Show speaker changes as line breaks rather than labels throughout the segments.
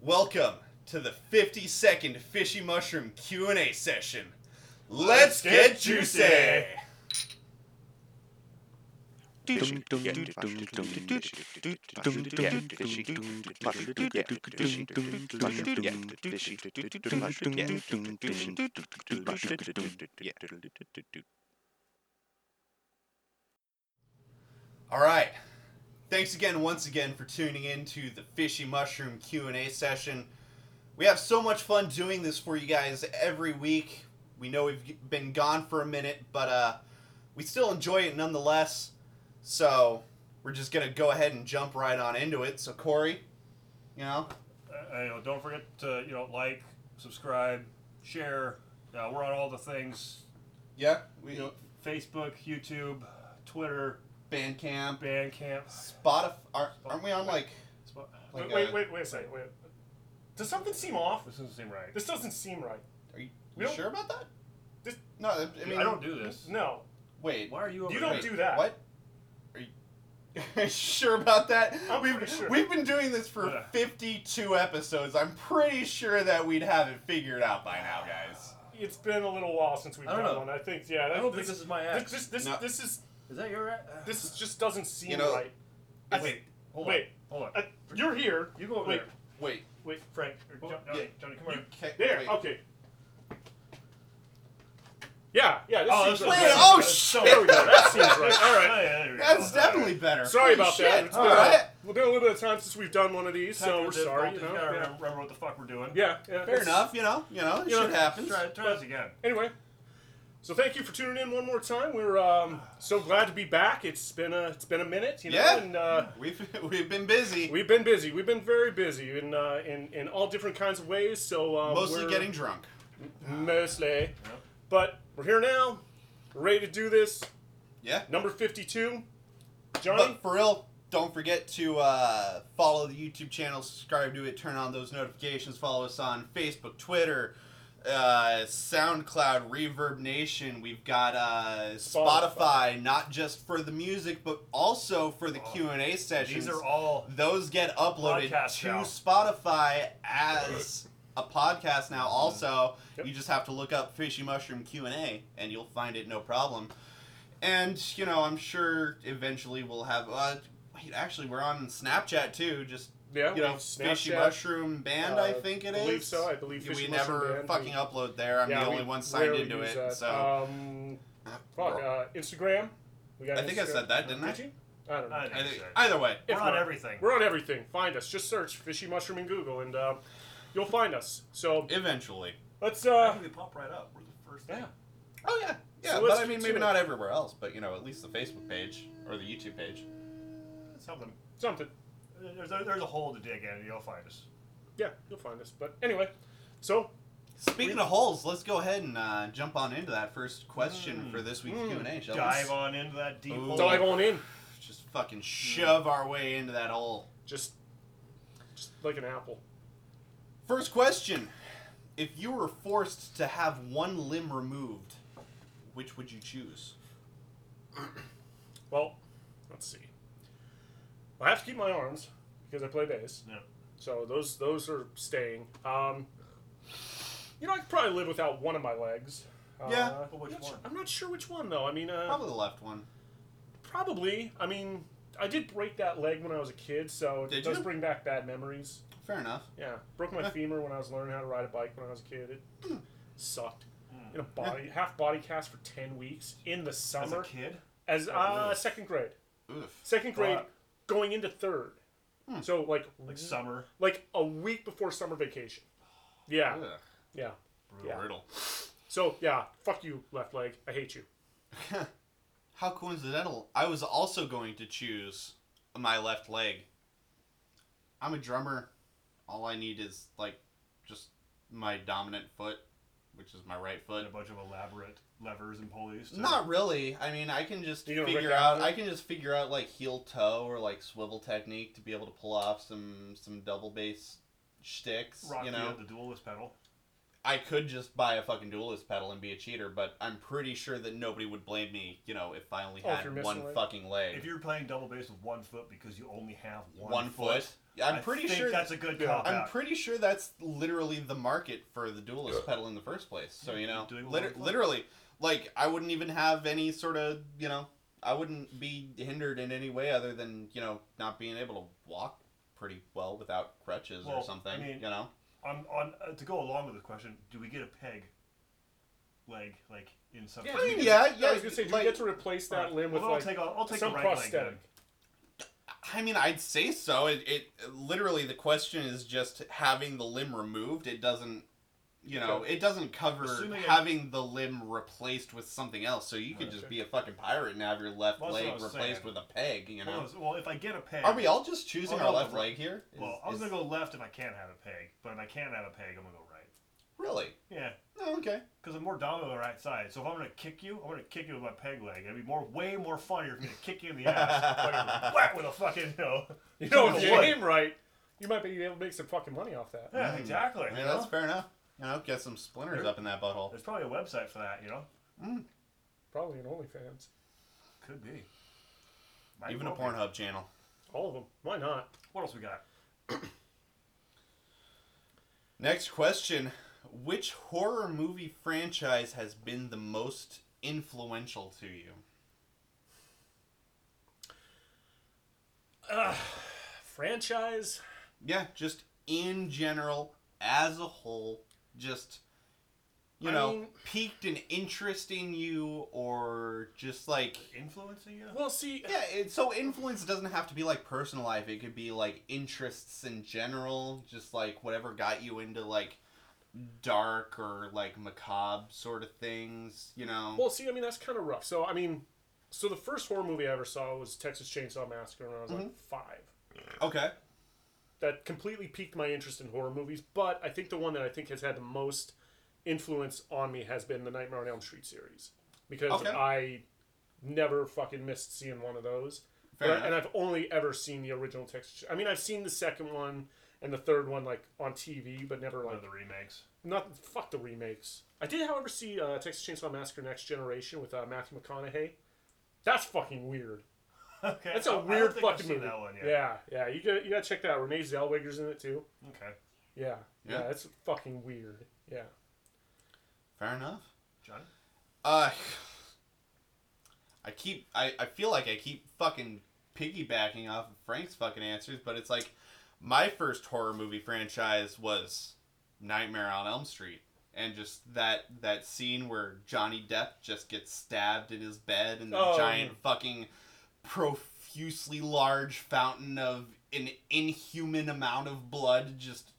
Welcome to the 52nd Fishy Mushroom Q&A session. Let's get juicy. All right. Thanks again once again for tuning in to the Fishy Mushroom Q&A session. We have so much fun doing this for you guys every week. We know we've been gone for a minute, but uh we still enjoy it nonetheless. So, we're just going to go ahead and jump right on into it. So, Corey, you know,
Uh, you know, don't forget to you know like, subscribe, share. Uh, we're on all the things:
yeah, we
you know, Facebook, YouTube, Twitter,
Bandcamp,
Bandcamp.
Spotify. Are, aren't we on like
Spo-
Like,
wait,
uh,
wait, wait, wait a second. Wait. Does something seem off?
This doesn't seem right.
This doesn't seem right.
Are you,
We
you
don't-
sure about that?
This-
no, I, I mean
I don't do this.
No.
Wait,
Why are you? Over
You don't
wait,
there?
do that.
What? Are you, are you sure about that?
I'm
we've
pretty sure.
we've been doing this for
Yeah.
52 episodes. I'm pretty sure that we'd have it figured out by now, guys.
It's been a little while since we've
I don't
done
know.
one. I think. Yeah.
I
that-
don't think this is my
This,
act.
this, this,
No.
this is
Is that your act? Uh,
this is just doesn't seem
You know,
right.
Wait,
I-
hold
wait.
on. Hold on.
I- you're here.
you go over
wait.
there.
Wait,
Wait, Frank. or
Hold
Jo-
on.
no,
yeah,
Johnny, come
you-
here.
okay,
There. Oh,
wait.
Okay. Yeah. Yeah. This
Oh,
seems
this
right.
is-
Wait, oh,
So,
shit.
there we go. That seems right. All right.
Oh, yeah, there we go.
That's
All right.
definitely better.
Sorry
Holy
about
shit.
that. It's
All
been a-
Uh,
right.
We've been a little bit of time since we've done one of these, so
Technical
we're sorry. You
difficulties.
know,
Gotta
yeah.
remember what the fuck we're doing.
Yeah, yeah.
Fair
it's-
enough, you know, you know,
You know,
shit happens.
Try, try this again.
Anyway, so thank you for tuning in one more time. We're um, so glad to be back. It's been a it's been a minute, you know,
Yeah.
and uh,
We've we've been busy,
we've been busy. We've been very busy in uh, in in all different kinds of ways. So um,
mostly
we're-
getting drunk.
mostly, but we're here now. We're ready to do this.
Yeah.
Number fifty-two, Johnny.
But for real, don't forget to uh, follow the YouTube channel, subscribe to it, turn on those notifications, follow us on Facebook, Twitter, uh, SoundCloud, Reverb Nation. We've got uh, Spotify,
Spotify.
not just for the music, but also for the
Oh,
Q and A sessions.
These are all.
those get uploaded
Podcast
to
now.
Spotify as a podcast now. Also,
Mm-hmm. Yep.
you just have to look up Fishy Mushroom Q and A, and you'll find it no problem. And you know, I'm sure eventually we'll have. Uh, wait, actually, we're on Snapchat too. Just
Yeah,
you know,
Snapchat,
Fishy Mushroom Band, I
uh,
think it is.
believe so. I believe
we
Fishy
never
Mushroom Band,
fucking
we-
upload there. I'm
yeah,
the
we
only one signed
rarely
into
use
it.
that.
So
um, fuck, uh, Instagram. We got
I think I
Instagram.
said that, didn't
Uh, Did
I?
you? I don't know.
I
I
think
think-
so.
either way,
We're
If
on
not-
everything.
We're on everything. Find us. Just search Fishy Mushroom in Google and uh, you'll find us. So
eventually.
let's.
How
Uh,
do we pop right up. We're the first.
yeah.
Oh yeah, yeah.
So
but
let's
I
get
mean,
to
maybe
it.
not everywhere else. But you know, at least the Facebook page or the YouTube page.
Something.
Something.
There's, there's a hole to dig in, and you'll find us.
Yeah, you'll find us. But anyway, so
Speaking of holes, let's go ahead and uh, jump on into that first question
Mm.
for this week's
Mm.
Q and A. Shall
Dive
we?
on into that deep
Ooh.
hole.
dive on in.
Just fucking
Mm.
shove our way into that hole.
Just, just like an apple.
First question: If you were forced to have one limb removed, which would you choose?
Well, let's see. I have to keep my arms because I play bass.
Yeah.
So those those are staying. Um, you know, I could probably live without one of my legs.
Yeah.
Uh,
But which
not
one?
su- I'm not sure which one though. I mean, uh,
Probably the left one.
Probably. I mean, I did break that leg when I was a kid, so
Did
it does
you?
bring back bad memories.
Fair enough.
Yeah, broke my
Huh.
femur when I was learning how to ride a bike when I was a kid. It sucked.
Mm.
In a body half body cast for ten weeks in the
As a
summer
kid. Oh,
as, uh,
really?
second grade,
Oof.
second grade,
Fuck. Hmm.
going into third. So like
Like summer.
like a week before summer vacation. Yeah,
Ugh.
yeah. Yeah.
Brutal.
So yeah, fuck you, left leg. I hate you.
How coincidental! I was also going to choose my left leg. I'm a drummer. All I need is like just my dominant foot, which is my right
And
foot.
a bunch of elaborate levers and pulleys. to-
Not really. I mean, I can just
You gonna
figure
Rick
out.
Allen it?
I can just figure out like heel toe or like swivel technique to be able to pull off some some double bass shticks.
Rock
you know,
the, the duelist pedal.
I could just buy a fucking duelist pedal and be a cheater, but I'm pretty sure that nobody would blame me, you know, if I only
Oh, if
had
you're
one
missing a leg.
fucking leg.
If you're playing double bass with one foot because you only have one,
one foot. Yeah, I'm
I
pretty
think
sure
that's a good
Yeah.
cop
I'm
out.
pretty sure that's literally the market for the duelist pedal in the first place. So you know,
Doing
liter-
what we like.
literally, like I wouldn't even have any sort of you know, I wouldn't be hindered in any way other than you know not being able to walk pretty well without crutches
Well,
or
I
something.
mean-
you know,
on on uh, to go along with the question, do we get a peg leg like in some?
Yeah,
I mean,
do you-
yeah,
I
yeah,
was gonna say, do
like-
we get to replace that
Alright,
limb with
well,
like
I'll take I'll, I'll take
some
the right
prosthetic?
Leg, then.
I mean, I'd say so. It, it literally the question is just having the limb removed. It doesn't. You know, it doesn't cover
Assuming I-
having the limb replaced with something else. So you could
Right.
just be a fucking pirate and have your left
Well, that's
leg
what I was
replaced
saying.
with a peg. You know,
Well, it's- well, if I get a peg,
Are we all just choosing our
Oh, no,
left
the right-
leg here? Is-
well, I was
is-
gonna go left if I can't have a peg, but if I can't have a peg, I'm gonna go right.
Really?
Yeah,
Oh, okay.
because I'm more dominant on the right side. So if I'm gonna kick you, I'm gonna kick you with my peg leg. It'd be more way more funnier if I'm gonna kick you in the ass, fucking whack with a fucking you know.
You know, if
Wood.
you aim right, you might be able to make some fucking money off that.
Yeah, exactly.
Hmm. Yeah,
you know?
that's fair enough. You know, get some splinters up in that butthole.
There's probably a website for that, you know.
Probably in OnlyFans.
Could be. Might
Even a
well be.
Pornhub channel.
All of them. Why not?
What else we got?
Next question: Which horror movie franchise has been the most influential to you?
Franchise.
Yeah, just in general, as a whole, just you
I
know,
mean-
piqued an interest in you, or just like
Influencing you?
Well, see,
Yeah, it, so influence doesn't have to be like personal life. It could be like interests in general, just like whatever got you into like dark or like macabre sort of things, you know.
well, see. I mean, that's kind of rough. So, I mean, so the first horror movie I ever saw was Texas Chainsaw Massacre when I was like five.
okay.
That completely piqued my interest in horror movies. But I think the one that I think has had the most influence on me has been the Nightmare on Elm Street series because
Okay.
I never fucking missed seeing one of those.
Fair
But-
enough.
and I've only ever seen the original Texas. I mean, I've seen the second one and the third one like on TV, but never
One
like
of the remakes.
not fuck the remakes. I did, however, see uh, Texas Chainsaw Massacre: Next Generation with uh, Matthew McConaughey. That's fucking weird.
Okay.
That's a
I- I don't
weird
think I've
fucking
seen
movie.
That one, yeah.
yeah, yeah, You gotta you gotta check that. out. Renee Zellweger's in it too.
Okay.
Yeah, yeah,
Yeah.
that's fucking weird. Yeah,
Fair enough.
John?
Uh I keep I, I feel like I keep fucking piggybacking off of Frank's fucking answers, but it's like my first horror movie franchise was Nightmare on Elm Street. And just that that scene where Johnny Depp just gets stabbed in his bed and the
Oh.
giant fucking profusely large fountain of an inhuman amount of blood just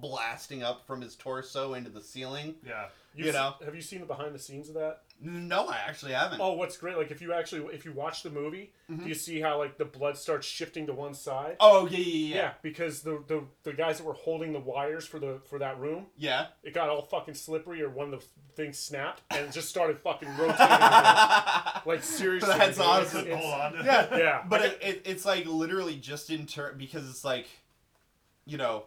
blasting up from his torso into the ceiling.
Yeah.
You
se-
know.
have you seen the behind the scenes of that?
No, I actually haven't.
Oh, what's great? Like if you actually if you watch the movie, do you see how like the blood starts shifting to one side?
Mm-hmm. Oh yeah, yeah, yeah,
Yeah, because the, the the guys that were holding the wires for the for that room,
yeah.
it got all fucking slippery, or one of the things snapped, and it just started fucking rotating. around. like seriously,
That's
dude,
I
it's-
awesome.
couldn't
it's-
hold on to
Yeah.
yeah,
But it, it, it's like literally just in turn because it's like, you know,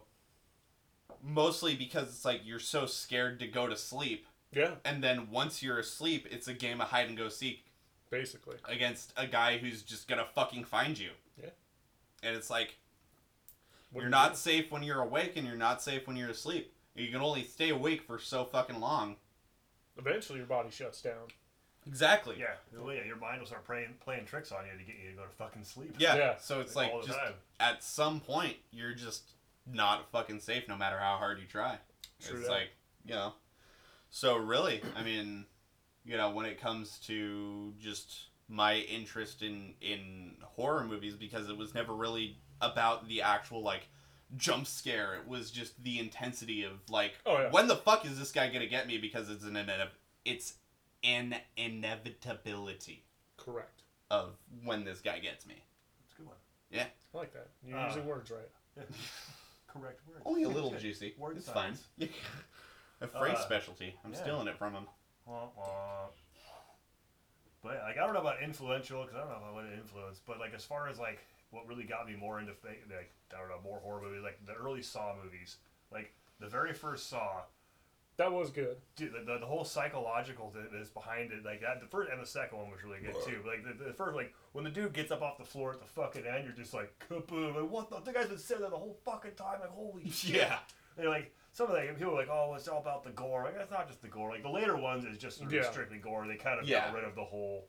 mostly because it's like you're so scared to go to sleep,
yeah,
and then once you're asleep, it's a game of hide and go seek
basically,
against a guy who's just gonna fucking find you.
Yeah.
And it's like
What do
you're
you
not safe when you're awake, and you're not safe when you're asleep. You can only stay awake for so fucking long.
do? Eventually, your body shuts down.
Exactly.
Yeah. Well, yeah. Your mind will start playing playing tricks on you to get you to go to fucking sleep.
Yeah.
Yeah.
So it's
Like,
like
all the
just
time.
at some point you're just not fucking safe no matter how hard you try.
True
it's
that.
like, you know. So really, I mean, you know, when it comes to just my interest in in horror movies because it was never really about the actual like jump scare. It was just the intensity of like
Oh, yeah.
when the fuck is this guy going to get me because it's an ine- it's an inevitability
Correct.
of when this guy gets me.
That's a good one.
Yeah.
I like that. You're
Uh,
using words right.
Correct word.
Only a little
Good.
juicy.
Word
it's
science.
fine. A Frank's
Uh,
specialty. I'm
yeah.
stealing it from him.
Wah, wah. But like, I don't know about influential because I don't know about what it influenced. But like, as far as like what really got me more into fa- like I don't know more horror movies, like the early Saw movies, like the very first Saw.
That was good.
Dude, the, the, the whole psychological that is behind it, like that, the first and the second one was really good too. Like the, the first, like when the dude gets up off the floor at the fucking end, you're just like, kaboom! Like what the? The guy's been sitting there the whole fucking time, like holy shit!
Yeah.
And like some of the people are like, oh, it's all about the gore. Like that's not just the gore. Like the later ones is just sort of
Yeah.
strictly gore. They kind of
Yeah.
got rid of the whole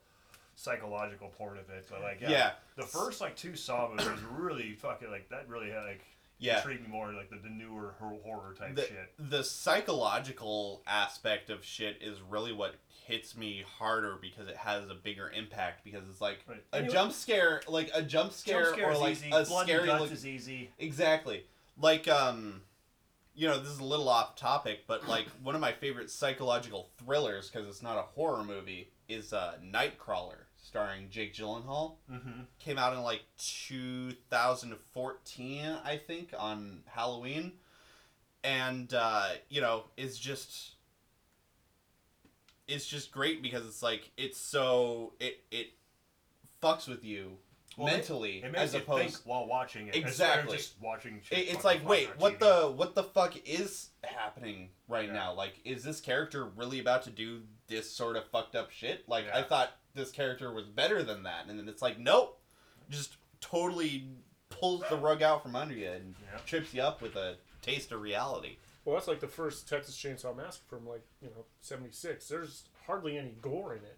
psychological part of it. But like, yeah,
Yeah.
the first like two Saw movies was really fucking like that. Really had like
Yeah.
intrigued me more like the, the newer hor- horror type
the,
shit.
the psychological aspect of shit is really what hits me harder because it has a bigger impact because it's like
Right.
a
Anyway-
jump scare like a jump scare,
Jump
or
is
like
easy.
a
Blood
scary
and guts
look-
is easy.
exactly like um you know this is a little off topic but like one of my favorite psychological thrillers because it's not a horror movie is uh Nightcrawler starring Jake Gyllenhaal
Mm-hmm.
came out in like 2014 i think on halloween and uh, you know it's just it's just great because it's like it's so it it fucks with you
Well, it-
mentally
It makes
as
you
opposed
think while watching it. instead of
Exactly.
Just watching. shit
it, it's
fucking
like wait
flash on
what
TV.
the what the fuck is happening right
Yeah.
now like is this character really about to do this sort of fucked up shit like i
Yeah.
thought this character was better than that and then it's like nope just totally pulls the rug out from under you and
Yeah.
trips you up with a taste of reality
Well, that's like the first Texas Chainsaw Massacre from like you know '76. There's hardly any gore in it.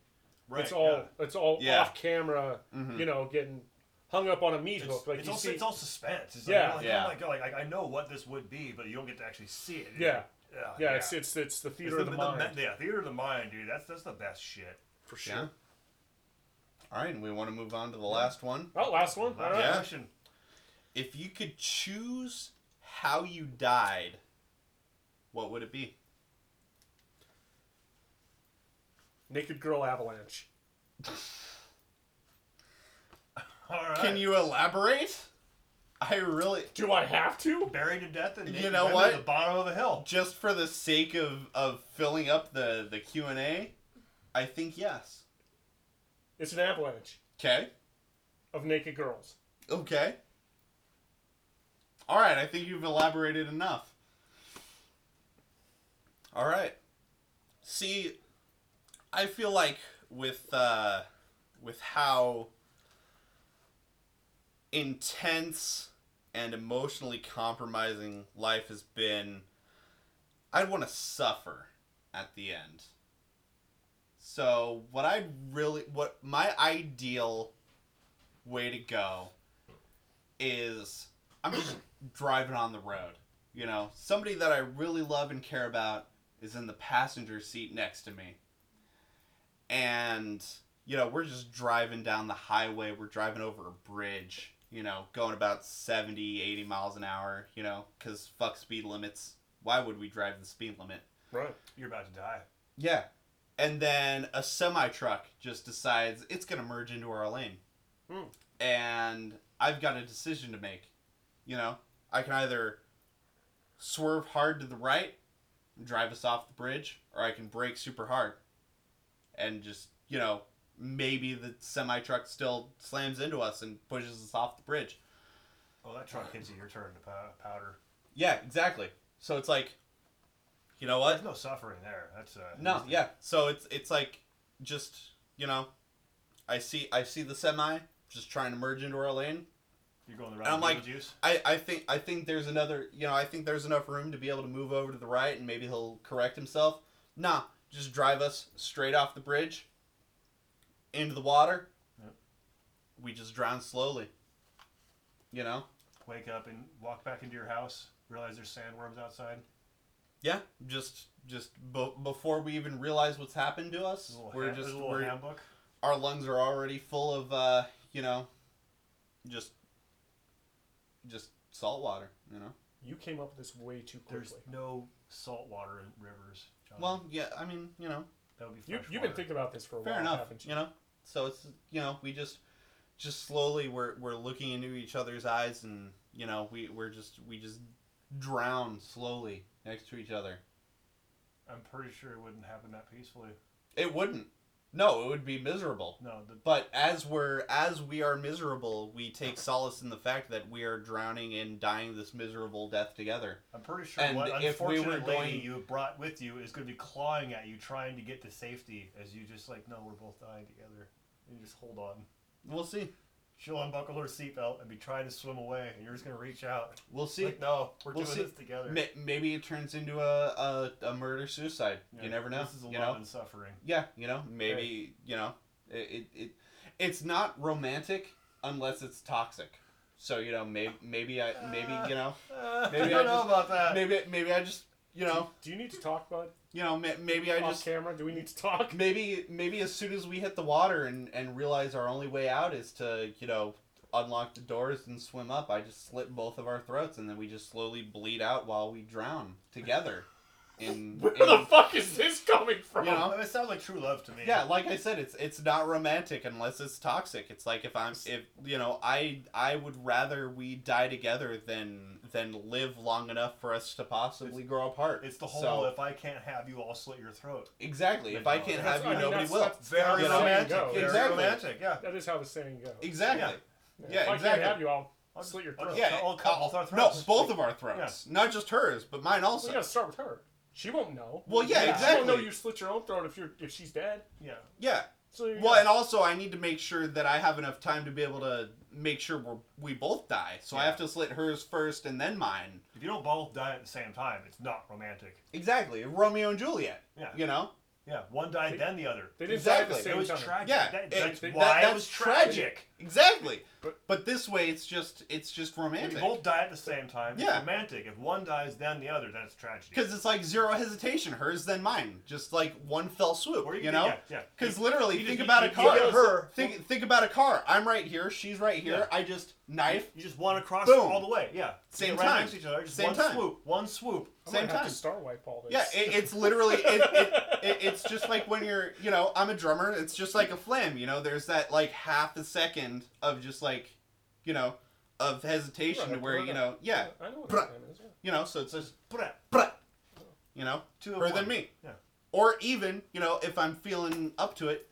Right,
it's all
yeah.
it's all
Yeah.
off camera. You know, getting hung up on a meat
It's,
hook. Like
it's
you
all,
see,
it's all suspense. It's
Yeah.
Like, you're
Yeah.
like, oh my god! Like I, I know what this would be, but you don't get to actually see it.
Yeah.
Yeah.
yeah, It's, it's it's the theater of the, mind
yeah, theater of the mind, dude. That's that's the best shit.
for
yeah
sure.
all right and we want to move on to the last one
Oh, last one. All
Last
right.
Yeah.
question.
if you could choose how you died what would it be
Naked Girl Avalanche.
All right.
can you elaborate i really
Do I have to?
buried to death and
You
naked
know
women
what?
at the bottom of the hill?
just for the sake of, of filling up the, the q&a i think yes
It's an avalanche
okay
of naked girls.
okay all right i think you've elaborated enough all right see i feel like with uh with how intense and emotionally compromising life has been i'd want to suffer at the end so what i really what my ideal way to go is i'm just driving on the road you know somebody that i really love and care about is in the passenger seat next to me and you know we're just driving down the highway we're driving over a bridge you know going about 70 80 miles an hour you know because fuck speed limits why would we drive the speed limit
Right.
You're about to die.
yeah and then a semi truck just decides it's going to merge into our lane
Hmm.
and i've got a decision to make you know i can either swerve hard to the right and drive us off the bridge or i can brake super hard and just you know maybe the semi truck still slams into us and pushes us off the bridge
Oh, that truck hits you. You're turning to pow- powder.
yeah exactly so it's like you know what
There's no suffering there. That's uh,
No,
just-
yeah. So it's it's like just you know, I see I see the semi just trying to merge into our lane.
You're going the
And
route
I'm
of
like-
juice.
I I think I think there's another you know I think there's enough room to be able to move over to the right and maybe he'll correct himself. Nah, just drive us straight off the bridge into the water.
Yep.
We just drown slowly. You know.
Wake up and walk back into your house. Realize there's sandworms outside.
Yeah, just just b- before we even realize what's happened to us,
There's a little,
we're
ha-
just
there's a little
we're,
handbook.
our lungs are already full of uh, you know, just just salt water, you know.
You came up with this way too quickly.
There's no salt water in rivers. John.
Well, yeah, I mean, you know,
that would be
You,
fresh
you've been
water.
thinking about this for a
fair
while,
enough,
haven't you?
you know. So it's you know, we just just slowly we're we're looking into each other's eyes and you know, we we're just we just drown slowly next to each other.
I'm pretty sure it wouldn't happen that peacefully.
It wouldn't. No, it would be miserable.
No, the,
But as we're as we are miserable, we take solace in the fact that we are drowning and dying this miserable death together.
I'm pretty sure
And
what
if we were
unfortunate lady
going-
you brought with you is going to be clawing at you, trying to get to safety, as you just like, no, we're both dying together. And you just hold on.
We'll see.
She'll unbuckle her seatbelt and be trying to swim away, and you're just going to reach out.
We'll see.
like, no, we're
we'll
doing
see.
this together.
Ma maybe it turns into a a, a murder suicide.
Yeah,
you never know.
This is a
you
lot
know?
and suffering.
Yeah, you know, maybe you know, it, it, it it's not romantic unless it's toxic. So you know, maybe maybe I maybe you know
Uh,
Maybe
I don't
I
know
just-
about that.
maybe maybe I just you know
Do you need to talk, bud?
you know ma- maybe I
Off
just
camera? Do we need to talk?
maybe maybe as soon as we hit the water and and realize our only way out is to you know unlock the doors and swim up i just slit both of our throats and then we just slowly bleed out while we drown together in,
Where
in-
the fuck is this coming from?
You know?
It sounds like true love to me.
yeah like i said it's it's not romantic unless it's toxic it's like if i'm if you know i i would rather we die together than than live long enough for us to possibly grow apart
It's the whole
So-
if I can't have you, I'll slit your throat.
exactly if i can't
That's-
have
That's-
you
I mean,
nobody
that's-
will
that's-
Very
You know?
romantic.
There you go.
Very
Exactly.
romantic, yeah.
That is how the saying goes.
exactly yeah,
if I can't
exactly.
have you, I'll
I'll just-
slit your
I'll
throat.
Yeah,
I'll cut
uh,
both our
No,
throats.
both of our throats. Not just hers, but mine
Well,
also.
you gotta start with her. She won't know.
Well, yeah,
She won't know
exactly.
you slit your own throat if you're if she's dead.
Yeah.
Yeah.
So there you
Well,
go.
and also I need to make sure that I have enough time to be able to make sure we're, we both die. So I
Yeah.
have to slit hers first and then mine.
If you don't both die at the same time, it's not romantic.
Exactly. Romeo and Juliet.
Yeah.
You know?
Yeah, one died, then the other.
they didn't die
exactly.
at the
It
same
was
time.
tragic.
Yeah,
That-
it-
that's
that-
why
that
it
was
was tragic.
Exactly. But,
But-
this way it's just it's just
If
romantic.
you both die at the same time,
Yeah.
it's romantic. If one dies, then the other, that's tragedy.
Because it's like zero hesitation, hers then mine, just like one fell swoop.
Or
You,
you-
know?
yeah, yeah.
Because literally,
you just-
think
you-
about a
you
car.
get
her.
her-
Think think about a car. I'm right here. She's right here.
Yeah.
I just knife.
You just one across
Boom.
all the way. Yeah.
Same
You're right
time.
next to each other. Just
Same
one
time.
swoop. One swoop.
I
Same
might have
time.
to star wipe all this.
Yeah, it, it's literally it, it, it, it's just like when you're you know I'm a drummer. It's just like a flim. You know, there's that like half a second of just like you know of hesitation to
Right,
where
right.
you know yeah
I know what
Bruh.
that name is. yeah.
you know so it's just
Bruh.
bruh, you know
Two of
her than
one.
me
Yeah.
or even you know if I'm feeling up to it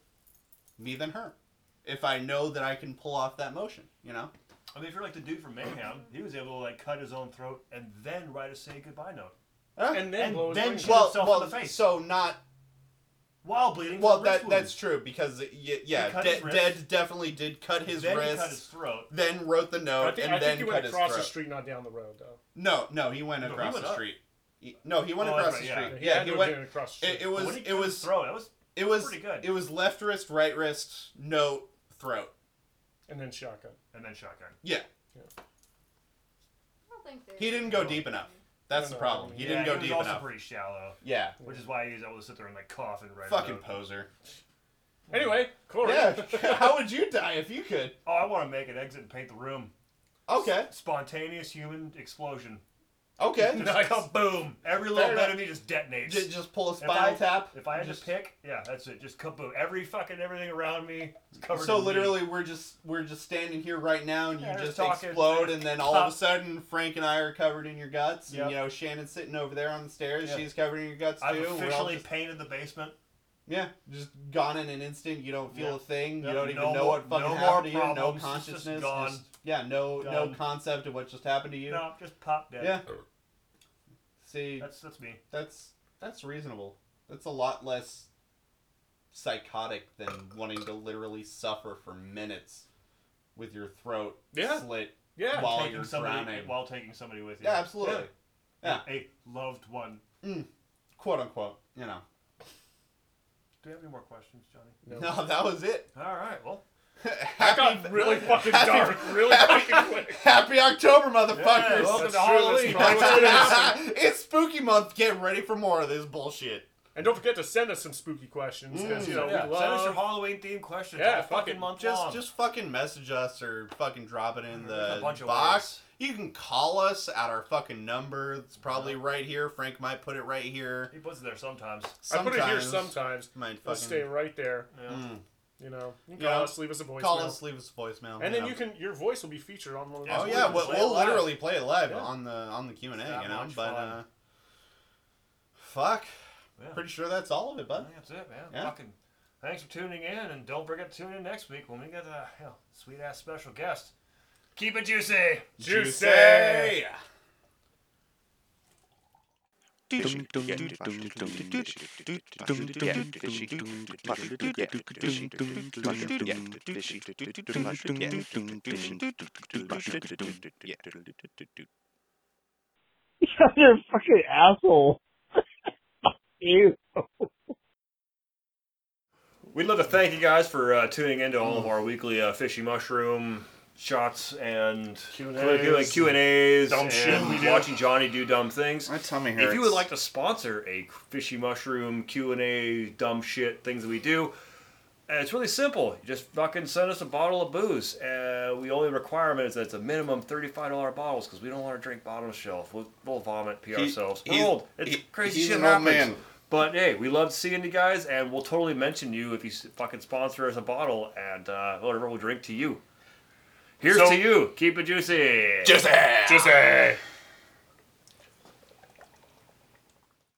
me than her if I know that I can pull off that motion you know
I mean, if you're like the dude from Mayhem, he was able to like cut his own throat and then write a say goodbye note
Huh?
And then
And
blow his
then
brains
she-
out.
well,
himself in
well
the face.
so not
while bleeding.
well
from wrist
that that's
wounds.
true because y- yeah
cut
De-
his wrist.
Dead definitely did cut his
then
wrist.
he cut his throat.
then wrote the note
I think,
and
I
then
think he
cut
went
his
across
throat.
the street, not down the road, though.
No, no, he went
No, he
across
went
the
up.
street. He- no, he went
Oh,
across
that's
the
right, yeah.
street.
he
Yeah,
had
he
to have
went.
been across the street.
It, it was
when he
it
cut his
was
throat. That was
it was
pretty good.
it was left wrist, right wrist, note, throat.
and then shotgun.
and then shotgun.
Yeah,
I don't think
he didn't go deep enough. That's the
No,
problem. He
yeah,
didn't go
he was
deep
also
enough.
pretty shallow,
Yeah,
which is why he was able to sit there and like cough and write. a
fucking
note.
poser.
Anyway, Corey.
Yeah, how would you die if you could?
Oh, I want to make an exit and paint the room.
Okay,
Spontaneous human explosion.
okay.
Just
Nice.
kaboom! Every little
Fair
bit
enough.
of me just detonates.
J- just pull a
If I-
spinal tap.
If I had
Just-
to pick, yeah, that's it. Just kaboom! Every fucking everything around me is covered.
So
in meat.
literally, we're just we're just standing here right now, and you
Yeah,
just
just talking.
explode, and then all of a
Pop.
sudden, Frank and I are covered in your guts, and
Yep.
you know Shannon's sitting over there on the stairs,
Yeah.
she's covered in your guts
I've
too. and we're all
officially
just-
painted the basement.
yeah, just gone in an instant. You don't feel
Yeah.
a thing. You
Yep.
don't even
No
know
mo-
what fucking
no more
happened to you. No
problems, it's just
consciousness.
gone.
just- yeah, no no
Done.
concept of what just happened to you.
No, just pop dead.
Yeah. See,
That's that's me.
that's that's reasonable. That's a lot less psychotic than wanting to literally suffer for minutes with your throat
Yeah.
slit
Yeah.
While
taking
you're
somebody,
drowning.
While taking somebody with you.
Yeah, absolutely. Yeah.
A loved one.
Quote unquote, you know.
Do we have any more questions, Johnny?
No.
No, that was it.
All right. Well,
That
happy,
got really fucking
happy-
dark, really fucking quick.
happy October,
Yeah,
motherfuckers.
welcome to
That's true, that's
Halloween.
probably what it is.
it's spooky month. Get ready for more of this bullshit.
And don't forget to send us some spooky questions because
Mm,
you know
yeah,
we
send us your
love.
Halloween themed questions.
Yeah,
all
fuck
fucking
it.
month
Just
long.
just fucking message us or fucking drop it in the
There's a bunch of
box. You can call us at our fucking number. It's probably right here. Frank might put it right here.
he puts it there sometimes.
I put it here
Sometimes.
sometimes.
Might
It'll
fucking
stay right there.
Yeah.
Mm.
You know, you can
Yeah.
call us, leave us a voicemail,
call us, leave us a voicemail.
and then
know.
you can your voice will be featured on one of those.
Oh
We
yeah,
can
we'll,
play
we'll
it live.
literally play it live
Yeah.
on the on the Q and A,
that
you know.
much
But
fun.
uh, fuck,
Yeah.
pretty sure that's all of it, bud.
That's it, man.
Yeah.
Fucking Thanks for tuning in, and don't forget to tune in next week when we get a you know, sweet ass special guest. Keep it juicy.
Juicy!
Yeah.
You're a fucking asshole. you.
We'd love to thank you guys for uh, tuning into all of our weekly uh, fishy mushroom shots and Q and
Q&As.
Q and A's,
Dumb shit we do.
watching Johnny do dumb things.
My tummy hurts.
If you would like to sponsor a fishy mushroom Q and A dumb shit things that we do, uh, it's really simple. You just fucking send us a bottle of booze. Uh, we only requirement is that it's a minimum thirty-five dollar bottles because we don't want to drink bottom shelf. We'll, we'll vomit, pee ourselves. We're
he's-
old. It's
he-
crazy
he's
shit
an old
happens.
man.
But hey, we love seeing you guys, and we'll totally mention you if you s- fucking sponsor us a bottle, and uh, whatever we'll drink to you. Here's
So-
to you. Keep it juicy.
Just say.